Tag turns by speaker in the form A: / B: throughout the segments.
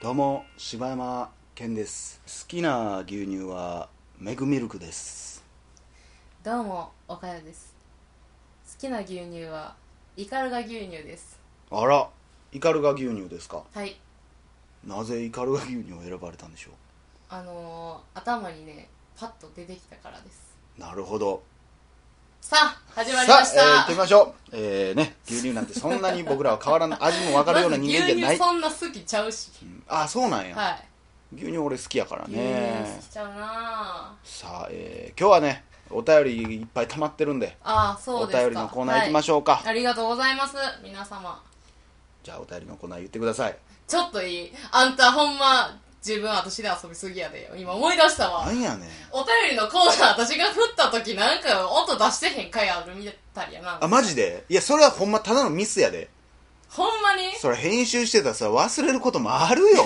A: どうも柴山健です好きな牛乳はメグミルクです
B: どうも、おかよです。好きな牛乳は、イカルガ牛乳です。
A: あらイカルガ牛乳ですか
B: はい。
A: なぜイカルガ牛乳を選ばれたんでしょ
B: あのー、頭にね、パッと出てきたからです。
A: うなるほど
B: さあ、始まりまし。
A: さあ、えー行ったてみましょうえー、ね牛乳なんてそんなに僕らは変わらない味も分かるような人間じゃな
B: 牛乳
A: い、
B: そんな好きちゃうし。
A: あそうなんや、
B: はい。
A: 牛乳俺好きやから
B: 牛乳
A: ね
B: 好きちゃうなぁ。
A: さあ、えー今日はねお便りいっぱい溜まってるんで
B: ああ、そう
A: お
B: ですか。
A: 便りのコーナー行きましょうか、
B: はいありがとうございます、皆様。
A: じゃあお便りのコーナー言ってください
B: ちょっといいあんたほんま、自分私で遊びすぎやで。今思い出したわ
A: な。んやねん
B: お便りのコーナー私が振った時なんか音出してへん回あるみたいやな
A: あマジでいやそれはほんまただのミスやで
B: ほんまに
A: それ編集してたらさ忘れることもあるよ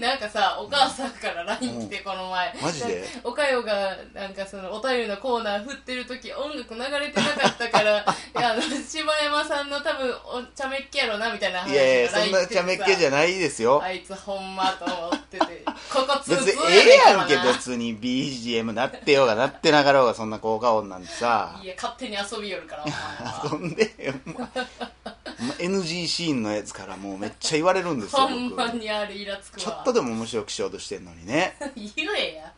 B: なんかさお母さんから LINE 来てこの前、
A: マジで
B: おかよがなんかそのお便りのコーナー振ってる時音楽流れてなかった からいやあの柴山さんの多分お茶目っ気やろなみたいな話
A: いや
B: が
A: い
B: LINE
A: やそんな茶目っ気じゃ
B: ない
A: ないですよ
B: あいつほんまと思っててここツ
A: 別
B: ーツ
A: に
B: ー
A: ええやん
B: ね
A: け
B: んからな
A: 別に BGM なってようがなってなかろうがそんな効果音なんてさ
B: いや勝手に遊びよるから お前
A: 遊
B: は
A: んでよほんまほんま NG シーンのやつからもうめっちゃ言われるんですよ
B: ほんま
A: 僕
B: にあれイラつくわ
A: ちょっとでも面白くしようとしてんのにね
B: 言えや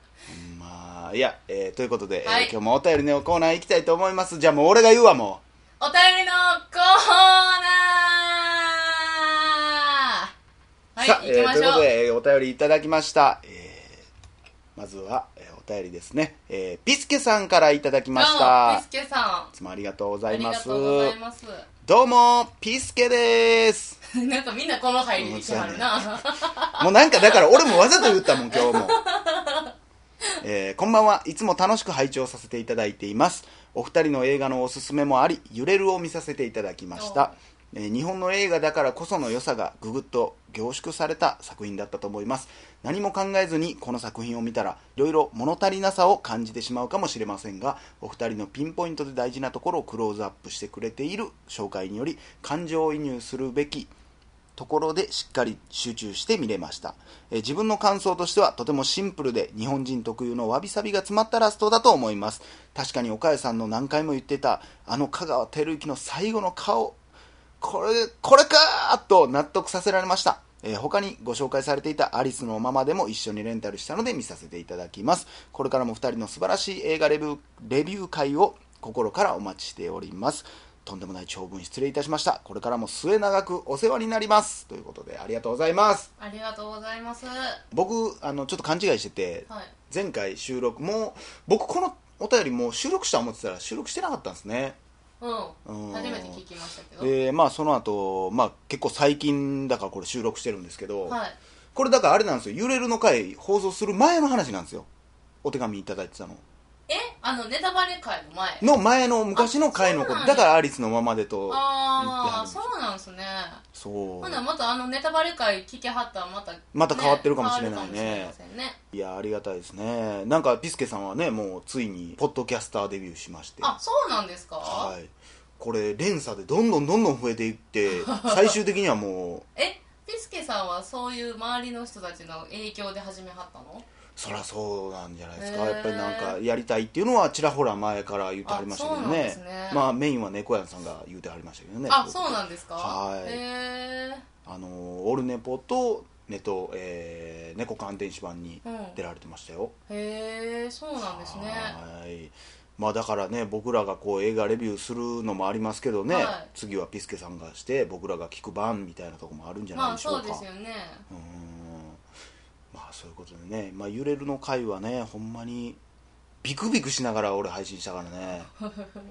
A: まあいや、えーということで、えー
B: はい
A: 今日もお便りのコーナー行きたいと思いますじゃあもう俺が言うわも
B: お便りのコーナー
A: う、
B: はい
A: さあ、
B: 行きま
A: えーと
B: し
A: いうこ
B: ょ
A: と
B: う、
A: で、えーお便りいただきました、えーまずは、えーお便りですね、えーピスケさんからいただきまし
B: どうも
A: た
B: ピスケさ
A: いつもありがとうござ
B: んあ
A: い
B: り
A: ま
B: が
A: す
B: とうございます
A: どうもピスケです
B: なんかみんなこの入りに来はるな、
A: もうなんかだから俺もわざと言ったもん今日も、えーこんばんはいつも楽しく拝聴させていただいていますお二人の映画のおすすめもあり「揺れる」を見させていただきました、えー日本の映画だからこその良さがぐぐっと凝縮された作品だったと思います何も考えずにこの作品を見たらいろいろ物足りなさを感じてしまうかもしれませんがお二人のピンポイントで大事なところをクローズアップしてくれている紹介により感情移入するべきところでしっかり集中して見れました、えー自分の感想としてはとてもシンプルで日本人特有のわびさびが詰まったラストだと思います確かに岡谷さんの何回も言ってたあの香川照之の最後の顔これこれかーと納得させられました、えー他にご紹介されていたアリスのままでも一緒にレンタルしたので見させていただきますこれからも2人の素晴らしい映画レビューレビュー会を心からお待ちしておりますとんでもない長文失礼いたしましたこれからも末永くお世話になりますということでありがとうございます
B: ありがとうございますはい
A: 僕あのちょっと勘違いしてて前回収録もう僕このお便りもう収録した思ってたら収録してなかったんですね
B: うん
A: うん
B: 初めて聞きましたけど
A: でまあその後、まあ結構最近だからこれ収録してるんですけど、
B: はい
A: これだからあれなんですよ「揺れる」の回放送する前の話なんですよお手紙いただいてたの
B: えあのネタバレ会の前
A: の前の昔の回の
B: あそう
A: こ
B: なん
A: と
B: や
A: だからアリスのままでと
B: ああ
A: 言って
B: そ
A: は
B: うなんすね
A: そう
B: ほなまたあのネタバレ会聞きはったらまた、ね
A: また変わってるかもしれないね
B: 変わるかもしれませんね
A: いやありがたいですねなんかピスケさんはねもうついにポッドキャスターデビューしまして
B: あそうなんですか、
A: はいこれ連鎖でどんどんどんどん増えていって 最終的にはもう
B: えピスケさんはそういう周りの人たちの影響で始めはったの
A: そりゃそうなんじゃないですか、
B: へー
A: やっぱりなんかやりたいっていうのはちらほら前から言ってはりましたけど
B: あそうなんで
A: ね
B: すね
A: まあメインは猫屋さんが言うてはりましたけどね
B: あそうなんですか
A: はい
B: へえ
A: あのオルネポとネと、えー、猫観天使版に
B: うん
A: 出られてましたよ、
B: へえそうなんですね
A: はいまあだからね僕らがこう映画レビューするのもありますけどね、
B: はい
A: 次はピスケさんがして僕らが聞く番みたいなとこもあるんじゃない
B: まあ
A: でしょ
B: そうう
A: か、
B: ですよね
A: うーんまあそういうことでね、まあ、揺れるの回はねほんまにビクビクしながら俺配信したから ね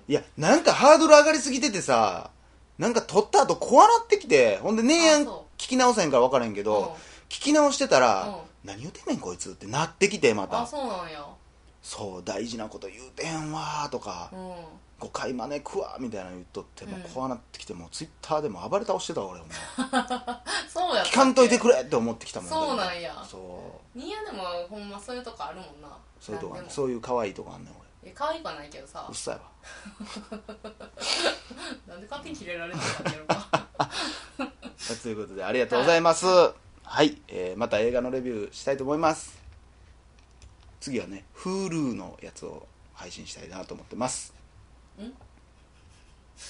A: いやなんかハードル上がりすぎててさなんか撮った後怖なってきてほんでねえやん
B: あ
A: 聞
B: そ
A: き直せんから分からへんけど、
B: うん
A: 聞き直してたら、
B: うん
A: 何言うてんねんこいつってなってきてま
B: あ
A: た
B: そうなんや
A: そう大事なこと言うてへんわーとか、
B: うん
A: 誤解招くわーみたいなの言っとってもううん怖なってきてもうツイッターでも暴れ倒してたわ俺 も
B: そうやったっ
A: 聞かんといてくれって思ってきたもん
B: そうなんや
A: そう
B: ニヤでもほんまそういうとこあるもんな
A: そういうとこあんね
B: 何でも
A: そういう可愛いとこあんねん俺
B: いや可愛くはないけどさ
A: うっさいわ
B: なんで勝手にキレられてたんやろか
A: ということでありがとうございますはい、えーまた映画のレビューしたいと思います次はね Hulu のやつを配信したいなと思ってます
B: ん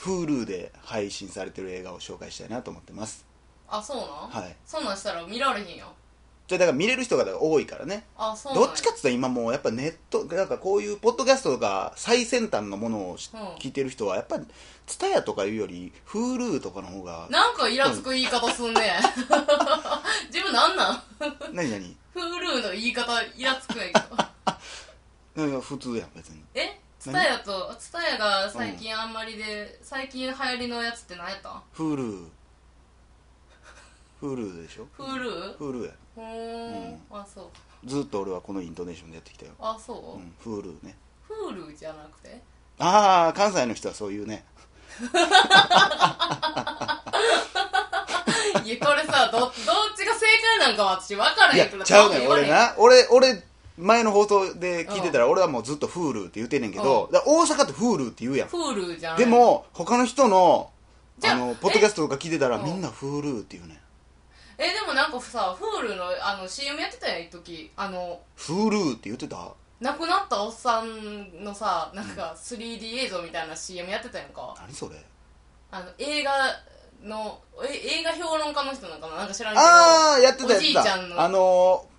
A: Hulu で配信されてる映画を紹介したいなと思ってます
B: あそうなん、
A: はい
B: そんなんしたら見られへんよ
A: じゃあだから見れる人が多いからね
B: あそうなん
A: ど
B: や
A: っちかって言ったら今もうやっぱネットなんかこういうポッドキャストとか最先端のものをし、
B: うん
A: 聞いてる人はやっぱ TSUTAYA とかいうより Hulu とかの方が
B: なんかイラつく言い方すん ね自分なんなん
A: 何何
B: フルーの言い方イラつくんや けど
A: 何普通やん別に
B: えツタヤとツタヤが最近あんまりで、最近流行りのやつって何やった
A: Hulu Hulu でしょ
B: フルー
A: Hulu や
B: ふ
A: う
B: ー
A: ん
B: んあそう
A: ずっと俺はこのイントネーションでやってきたよ、
B: あそうう、
A: ん、Hulu ね
B: フールじゃなくて
A: ああ関西の人はそういうね
B: いやこれさどどっちが正解なんかは私分から
A: い
B: へ
A: や
B: んから
A: ちゃうねん
B: 多分
A: 俺
B: 言われへん
A: な俺俺前の放送で聞いてたら俺はもうずっと Hulu って言ってんねんけど、だから大阪って Hulu って言うやん
B: フールじゃん
A: でも他の人の
B: じ
A: あ
B: ゃあ
A: の
B: え
A: ポッドキャストとか聞いてたら
B: うん
A: みんな「フールー」って言うね
B: えでもなんかさフールのあの CM やってたやん一時あの
A: 「フールー」って言ってた
B: 亡くなったおっさんのさなんか 3D 映像みたいな CM やってたやんか
A: 何それ
B: あの映画のえ映画評論家の人なんかななんか知らんけど
A: ああやってたや
B: おじいち
A: っ
B: ゃ
A: て
B: ん
A: た
B: の
A: あのー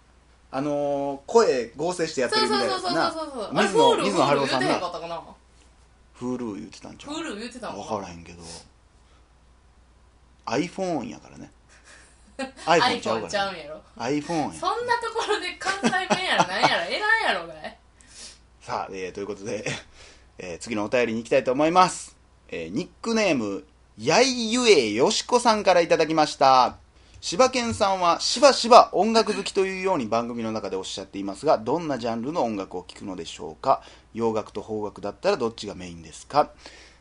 A: あのー声合成してやって
B: そ
A: る
B: う
A: みた
B: そう
A: いな
B: そ
A: や
B: う
A: つ
B: そう
A: な
B: そうそうあれ
A: 水
B: フー
A: 野
B: ル
A: 水
B: フ
A: 野
B: ー
A: 春
B: ル
A: 夫
B: 言
A: さ
B: って
A: ん
B: へんか
A: な
B: ったかな
A: 「フールー」言ってたんちゃ
B: フー
A: う
B: ル言ってたの
A: 分
B: か
A: からへんけど iPhone やからね iPhone ちゃう
B: iPhone
A: か
B: ちゃ
A: ら
B: うん
A: ね
B: やろ
A: iPhone
B: そ
A: や
B: んなところで関西弁やろなんやろえらんやろがい
A: さあ、えーということで、 えー次のお便りに行きたいと思います、えーニックネームやいゆえよしこさんからいただきました柴犬さんはしばしば音楽好きというように番組の中でおっしゃっていますがどんなジャンルの音楽を聴くのでしょうか洋楽と邦楽だったらどっちがメインですか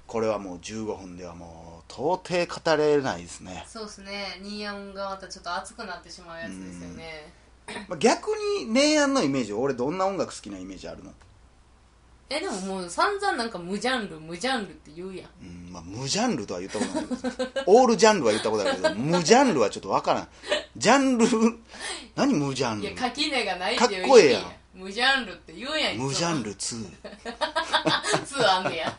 A: これはもう15分ではもう到底語れないですね、
B: そうですねニーヤンがまたちょっと熱くなってしまうやつですよね
A: まあ逆にネイアンのイメージ俺どんな音楽好きなイメージあるの
B: えでももう散々なんか無ジャンル無ジャンルって言うやん
A: うんまあ、無ジャンルとは言ったことないけどオールジャンルは言ったことあるけど無ジャンルはちょっとわからんジャンル何無ジャン
B: いや
A: ル
B: 垣根がないっていう
A: かっこええやん
B: 意味無ジャンルって言うやんいつも
A: 無ジャンル2
B: 2あんねや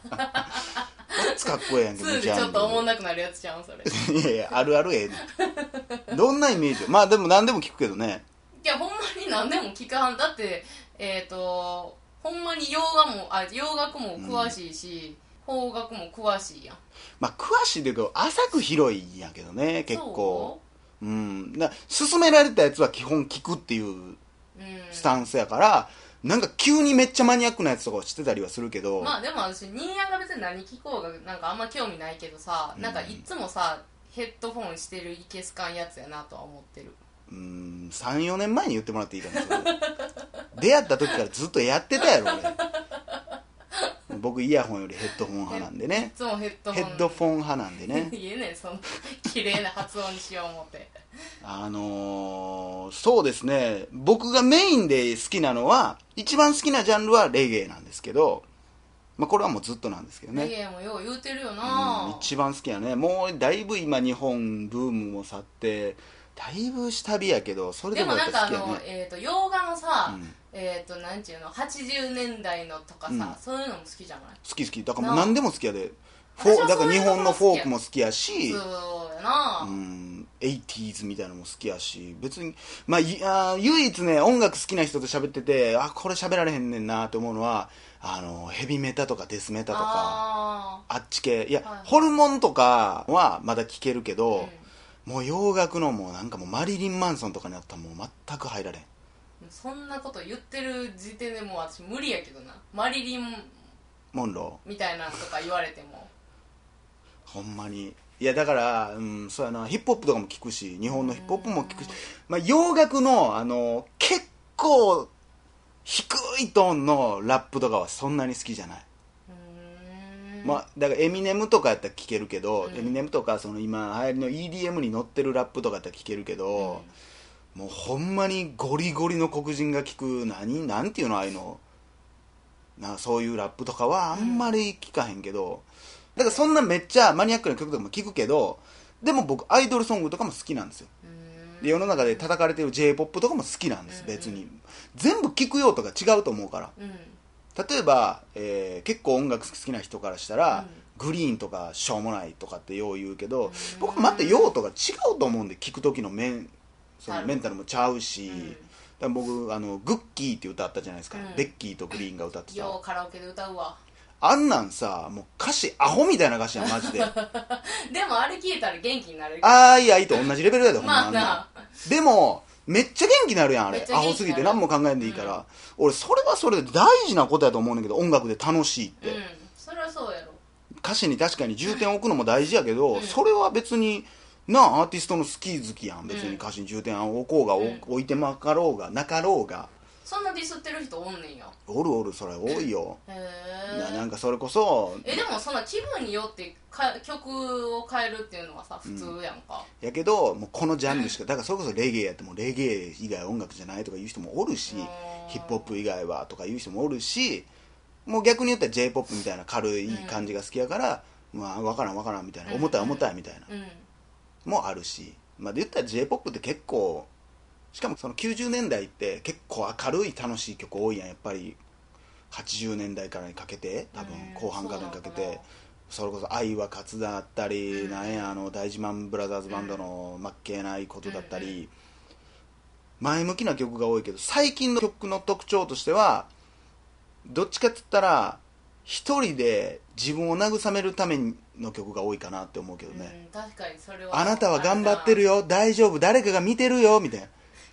A: つかっこええやんけ無
B: 2
A: ジ
B: でち
A: ャ
B: ょ
A: ン
B: っと思ん
A: ル
B: なくなるやつちゃうんそれい
A: いやいやあるあるええねんどんなイメージまあでも何でも聞くけどね
B: やほんまに何でも聞かんだってえっ、とほんまに洋画もあ洋楽も詳しいし、邦楽も詳しいやん
A: まあ詳しいというか浅く広いんやけどね結構うんな勧められたやつは基本聞くっていう
B: そううん
A: スタンスやから、なんか急にめっちゃマニアックなやつとかを知ってたりはするけど、
B: まあでも私ニーヤンが別に何聞こうがなんかあんま興味ないけどさ、
A: うん
B: なんかいつもさヘッドフォンしてるいけすかんやつやなとは思ってる
A: うーん34年前に言ってもらっていいかなそ れ出会った時からずっとやってたやろ俺僕イヤホンよりヘッドホン派なんで
B: い
A: ね
B: つもヘッドフ
A: ヘ
B: ォン
A: ッドフォン派なんでね
B: 言えねえその綺麗な発音にしよう思って
A: あのー、そうですね僕がメインで好きなのは一番好きなジャンルはレゲエなんですけど、まあ、これはもうずっとなんですけど
B: レ
A: ね、
B: ゲエもよう言うてるよ
A: うん、
B: な
A: 一番好きなねもうだいぶ今日本ブームも去ってだいぶ下火やけどそれ
B: で
A: でも
B: も
A: や
B: な
A: っ
B: ん
A: ぱ
B: か
A: 好
B: あ
A: きやね
B: の、えー、と洋画のさ、
A: うん
B: えっ、となんちゅうの80年代のとかさ、
A: うん
B: そういうのも好きじゃない
A: 好き好きだからもう
B: なあ
A: 何でも好きやでフォー
B: 私は
A: だから日本のフォー
B: そういうのも好きや
A: クも好きやし
B: そうやな、
A: うん、80s みたいなのも好きやし別にまあいあー唯一ね音楽好きな人と喋っててあこれ喋られへんねんなと思うのはあのヘビメタとかデスメタとか
B: あ
A: あっち系いや、
B: はいはい
A: ホルモンとかはまだ聞けるけ
B: あ、
A: ど、もう洋楽のもうなんかもうマリリン・マンソンとかになったらもう全く入られん
B: うんそんなこと言ってる時点でもう私無理やけどなマリリン
A: モンロ
B: みたいなのとか言われても
A: ーほんまにいやだから、うん、そうやなヒップホップとかも聞くし日本のヒップホップも聞くし
B: うん
A: まあ、洋楽のあの結構低いトーンのラップとかはそんなに好きじゃない、
B: うーん
A: まあ、だからエミネムとかやったら聞けるけど、
B: うん
A: エミネムとかその今流行りの EDM に乗ってるラップとかやったら聞けるけど、もうほんまにゴリゴリの黒人が聞く何なんていうのああいうのなそういうラップとかはあんまり聞かへんけど、だからそんなめっちゃマニアックな曲とかも聞くけどでも僕アイドルソングとかも好きなんですよ
B: う
A: で
B: ーん
A: 世の中で叩かれてる j p o p とかも好きなんです
B: うん
A: 別に全部聴く用途が違うと思うから
B: うん
A: 例えば、えー結構音楽好きな人からしたら、
B: う
A: グリーンとかしょうもないとかってよう言うけど、
B: うん
A: 僕はまた用途が違うと思うんで聴く時のメンそ
B: な
A: の
B: るほ
A: メ
B: ど
A: ンタルもちゃうし、
B: うん
A: だから僕あのグッキーって歌あったじゃないですか、
B: うん
A: ベッキーとグリーンが歌ってた
B: ようカラオケで歌うわ
A: あんなんさもう歌詞アホみたいな歌詞やんマ ジであ
B: でもあれ聞いたら元気になれる
A: ーいあいと同じレベルだよほん
B: ま
A: ま
B: あ
A: あんなん
B: な
A: でもめっちゃ元気になるやんあ
B: め
A: れ
B: っちゃ
A: ア
B: 元気
A: ホすぎて何も考えんでいいから、俺それはそれで大事なことやと思うねんだけど音楽で楽しいっ
B: う
A: て、
B: んそれはそうやろ
A: 歌詞に確かに重点を置くのも大事やけど、
B: うん
A: それは別になあアーティストの好き好きやん別
B: う
A: に
B: ん
A: 歌詞に重点を置こうが、お
B: うん
A: 置いてまかろうがなかろうが
B: そんなディスってる人おんねんよ
A: おるおるそれ多いよ、
B: へ
A: ななん
B: え
A: かそれこそ
B: えでもそんな気分によってか曲を変えるっていうのはさ普通やんか、
A: やけどもうこのジャンルしかだからそれこそレゲエやってもレゲエ以外は音楽じゃないとか言う人もおるし
B: うん
A: ヒップホップ以外はとか言う人もおるしもう逆に言ったら j p o p みたいな軽い感じが好きやから、まあ分からん分からんみたいな
B: うん
A: 重たい重たいみたいな
B: うん
A: もあるし、まあ、で言ったら j p o p って結構しかもその90年代って結構明るい楽しい曲多いやんやっぱり80年代からにかけて多分
B: うん
A: 後半からにかけて。
B: そうなのかな
A: それこそ「愛は勝つ」だったり、
B: うん
A: なんやあの大事マンブラザーズバンドの「負けないこと」だったり、
B: うん
A: 前向きな曲が多いけど最近の曲の特徴としてはどっちかっつったら一人で自分を慰めるための曲が多いかなって思うけどね、
B: うん、確かにそれは
A: あなたは頑張ってるよ大丈夫誰かが見てるよみたい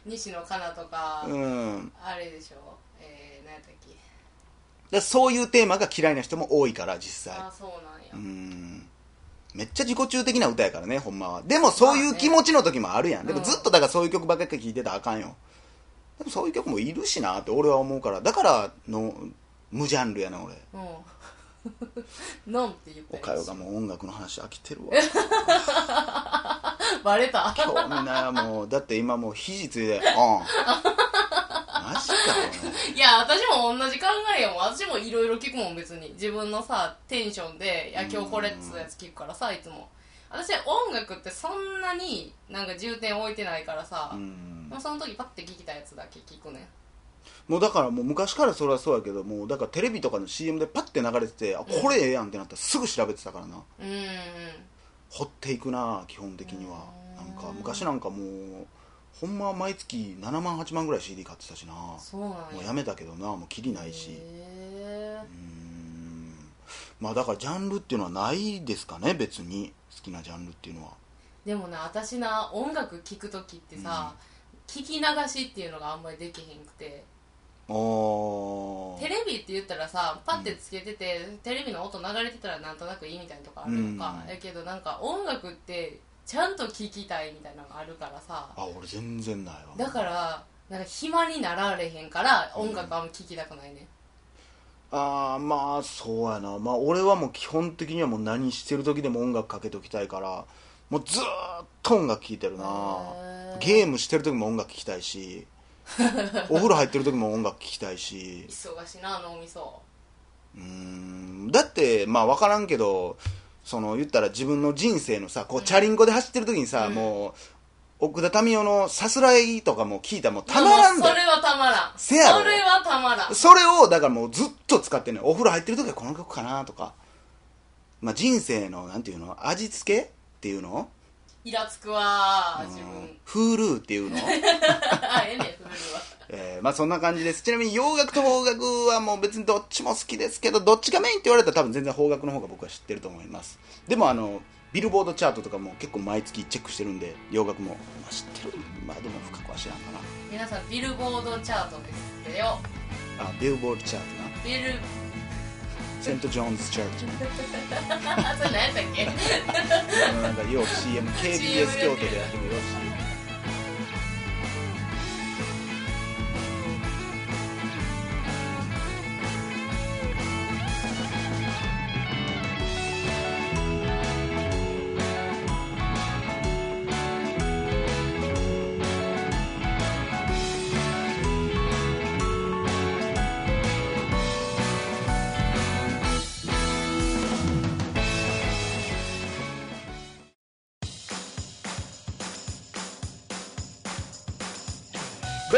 B: 西野カナとか、
A: な、うん、だか
B: あれでしょえー、何やったっけ
A: らそういうテーマが嫌いな人も多いから実際
B: あそうなんや、
A: うーんめっちゃ自己中的な歌やからねほんまはでもそういう気持ちの時もあるやん、
B: まあね
A: でもずっとだからそういう曲ばっかり聴いてたらあかんよでもそういう曲もいるしなって俺は思うからだからの無ジャンルやな俺
B: うん。 なんて言った
A: お
B: や
A: かよ
B: つ
A: がもう音楽の話飽きてるわ
B: バレた
A: 興味ないわもうだって今もう肘つい てうんマジか
B: いや、私も同じ考えやもん。私もいろいろ聞くもん、別に。自分のさ、テンションで、いや、今日これっつうやつ聞くからさ、いつも。私、音楽ってそんなになんか重点置いてないからさ
A: 俺う、ん
B: もうその時パッて聞きたやつだけ聞くね。
A: もうだからもう昔からそれはそうやけどもうだからテレビとかの CM でパッて流れててあこれええやんってなったらすぐ調べてたからな
B: うーん。
A: 掘っていくな基本的には
B: う
A: なんんか昔なんかもうほんま毎月7万8万ぐらい CD 買ってたしなも
B: そうなんや。
A: うやめたけどなもうキリないし
B: へ
A: うーんまあだからジャンルっていうのはないですかね別に好きなジャンルっていうのは
B: ーでもな、私な、音楽聞く時ってさ、聞き流しっていうのがあんまりできへんくて。
A: お
B: テレビって言ったらさパッてつけてて、テレビの音流れてたらなんとなくいいみたいなとかあるのか、
A: うん
B: やけどなんか音楽ってちゃんと聴きたいみたいなのがあるからさ
A: あ俺全然ないわ
B: だからなんか暇になられへんから音楽あんま聴きたくないね、
A: ああまあそうやなまあ俺はもう基本的にはもう何してる時でも音楽かけときたいからもうずーっと音楽聴いてるな
B: へー
A: ゲームしてる時も音楽聴きたい しお風呂入ってる時も音楽聴きたいし
B: 忙しいな脳みそう
A: ーんだってまあ分からんけどその言ったら自分の人生のさこうチャリンコで走ってる時にさ、
B: うん
A: もう奥田民生のさすらいとかも聞いたらもうたまらん
B: で
A: で
B: もそれはたまらん
A: せやろ
B: それはたまらん
A: それをだからもうずっと使ってんねんお風呂入ってる時はこの曲かなとか、まあ、人生のなんていうの味付けっていうの
B: イラつくわ
A: う
B: 自分
A: ん Hulu っていうの、
B: あええねんそれは
A: えーまあそんな感じですちなみに洋楽と邦楽はもう別にどっちも好きですけどどっちがメインって言われたら多分全然邦楽の方が僕は知ってると思いますでもあのビルボードチャートとかも結構毎月チェックしてるんで洋楽も、まあ、知ってるまあでも深くは知らんかな
B: 皆さんビルボードチャートですってよ
A: あビルボードチャートな
B: ビル
A: セント・ジョーンズ・チャーチ
B: あそれ何やったっけ
A: なんかよう CMKBS 京都でやってみようしど